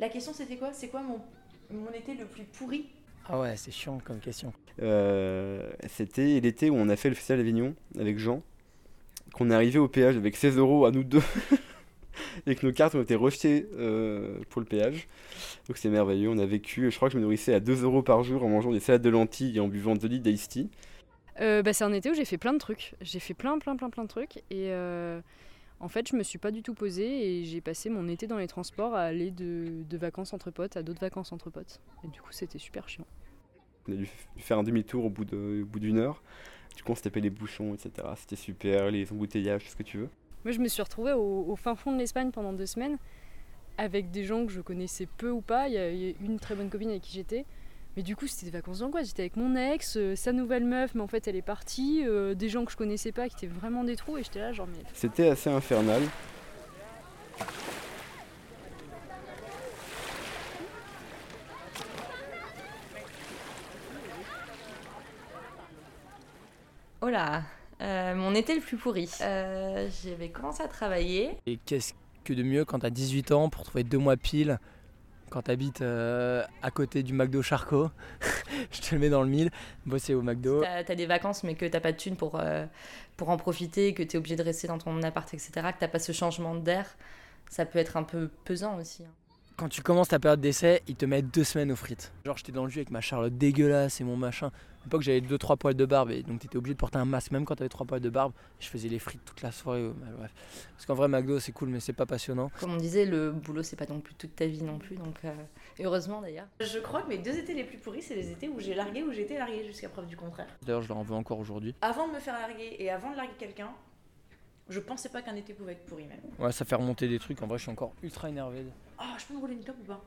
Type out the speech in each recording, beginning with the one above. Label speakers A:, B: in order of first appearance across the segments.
A: La question c'était quoi C'est quoi mon, mon été le plus pourri
B: Ah ouais, c'est chiant comme question.
C: Euh, C'était l'été où on a fait le festival d'Avignon avec Jean, qu'on est arrivé au péage avec 16 euros à nous deux, et que nos cartes ont été rejetées euh, pour le péage. Donc c'est merveilleux, on a vécu, je crois que je me nourrissais à 2 euros par jour en mangeant des salades de lentilles et en buvant 2 litres d'Ice Tea.
D: Euh, bah, c'est un été où j'ai fait plein de trucs. J'ai fait plein, plein, plein, plein de trucs. Et euh, en fait, je me suis pas du tout posée et j'ai passé mon été dans les transports à aller de, de vacances entre potes à d'autres vacances entre potes. Et du coup, c'était super chiant.
C: On a dû f- faire un demi-tour au bout de- au bout d'une heure. Du coup, on se tapait les bouchons, etc. C'était super, les embouteillages, tout ce que tu veux.
D: Moi, je me suis retrouvée au, au fin fond de l'Espagne pendant deux semaines avec des gens que je connaissais peu ou pas. Il y a il y a une très bonne copine avec qui j'étais. Mais du coup, c'était des vacances d'angoisse. J'étais avec mon ex, euh, sa nouvelle meuf, mais en fait, elle est partie. euh, des gens que je connaissais pas qui étaient vraiment des trous. Et j'étais là, genre, mais
C: C'était assez infernal.
A: Oh là euh, Mon été le plus pourri. Euh, J'avais commencé à travailler.
B: Et qu'est-ce que de mieux quand t'as 18 ans pour trouver deux mois pile, quand t'habites euh, à côté du McDo Charcot, je te le mets dans le mille, bosser au McDo.
A: T'as t'as des vacances, mais que t'as pas de thunes pour, euh, pour en profiter, que t'es obligé de rester dans ton appart, etc., que t'as pas ce changement d'air, ça peut être un peu pesant aussi. hein.
B: Quand tu commences ta période d'essai, ils te mettent deux semaines aux frites. Genre j'étais dans le jus avec ma charlotte dégueulasse et mon machin. À l'époque j'avais deux trois poils de barbe et donc t'étais obligé de porter un masque même quand t'avais trois poils de barbe. Je faisais les frites toute la soirée. euh, bref. Parce qu'en vrai McDo c'est cool mais c'est pas passionnant.
A: Comme on disait, le boulot, c'est pas non plus toute ta vie non plus, donc euh, heureusement d'ailleurs. Je crois que mes deux étés les plus pourris, c'est les étés où j'ai largué ou j'ai été larguée jusqu'à preuve du contraire.
B: D'ailleurs je leur en veux encore aujourd'hui.
A: Avant de me faire larguer et avant de larguer quelqu'un, je pensais pas qu'un été pouvait être pourri même.
B: Ouais ça fait remonter des trucs. En vrai je suis encore ultra énervé.
A: Ah, je peux me rouler une top ou pas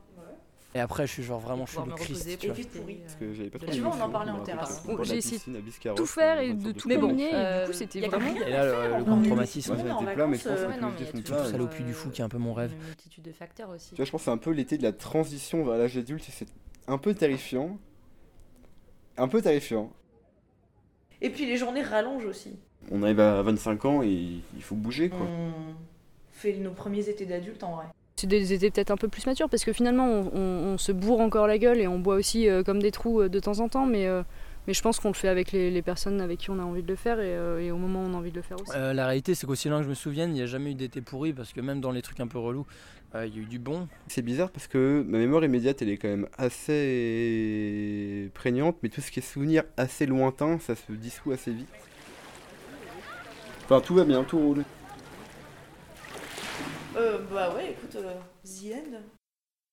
B: Et après je suis genre vraiment
D: Et
B: je suis le
D: pouvoir me
B: Christ.
D: reposer,
B: tu vois.
A: Évite pourri. euh,
C: Parce que j'avais pas trop
A: Tu
C: de
A: vois, on en
C: notions,
A: parlait en
C: me rappelle
A: terrasse.
C: pas.
D: Donc,
C: Dans la
D: Oh, j'ai essayé
C: piscine, à Biscarrosse,
D: tout faire
C: dans
D: et
C: une
D: de
C: sorte
D: tout
C: de coin.
D: combiner. Et
A: Euh,
D: du coup, c'était
A: y a
D: vraiment.
A: rien à
B: Et là, le-
A: faire,
B: le
A: on
B: grand
A: est-
B: traumatisme,
A: on
C: ça
A: est
C: a
A: en
C: été plein, mais je
A: vacances,
C: pense
A: euh,
C: qu'on peut
A: non,
C: le dire
A: mais
C: tout le
A: tu-
C: temps,
B: Tout ça au puits du fou qui est un peu mon rêve.
A: Une multitude de facteurs aussi.
C: Tu vois, je pense que c'est un peu l'été de la transition vers l'âge adulte, et c'est un peu terrifiant. Un peu terrifiant.
A: Et puis les journées rallongent aussi.
C: On arrive à 25 ans et il faut bouger, quoi.
A: On fait nos premiers étés d'adultes en vrai.
D: C'est des étés peut-être un peu plus matures parce que finalement on, on- on se bourre encore la gueule et on boit aussi euh, comme des trous euh, de temps en temps, mais, euh, mais je pense qu'on le fait avec les, les personnes avec qui on a envie de le faire et, euh, et au moment où on a envie de le faire aussi.
B: Euh, la réalité, c'est qu'aussi loin que je me souvienne, il n'y a jamais eu d'été pourri parce que même dans les trucs un peu relous, euh, il y a eu du bon.
C: C'est bizarre parce que ma mémoire immédiate, elle est quand même assez prégnante, mais tout ce qui est souvenir assez lointain, ça se dissout assez vite. Enfin, tout va bien, tout roule.
A: Euh, bah ouais, écoute, euh, The End.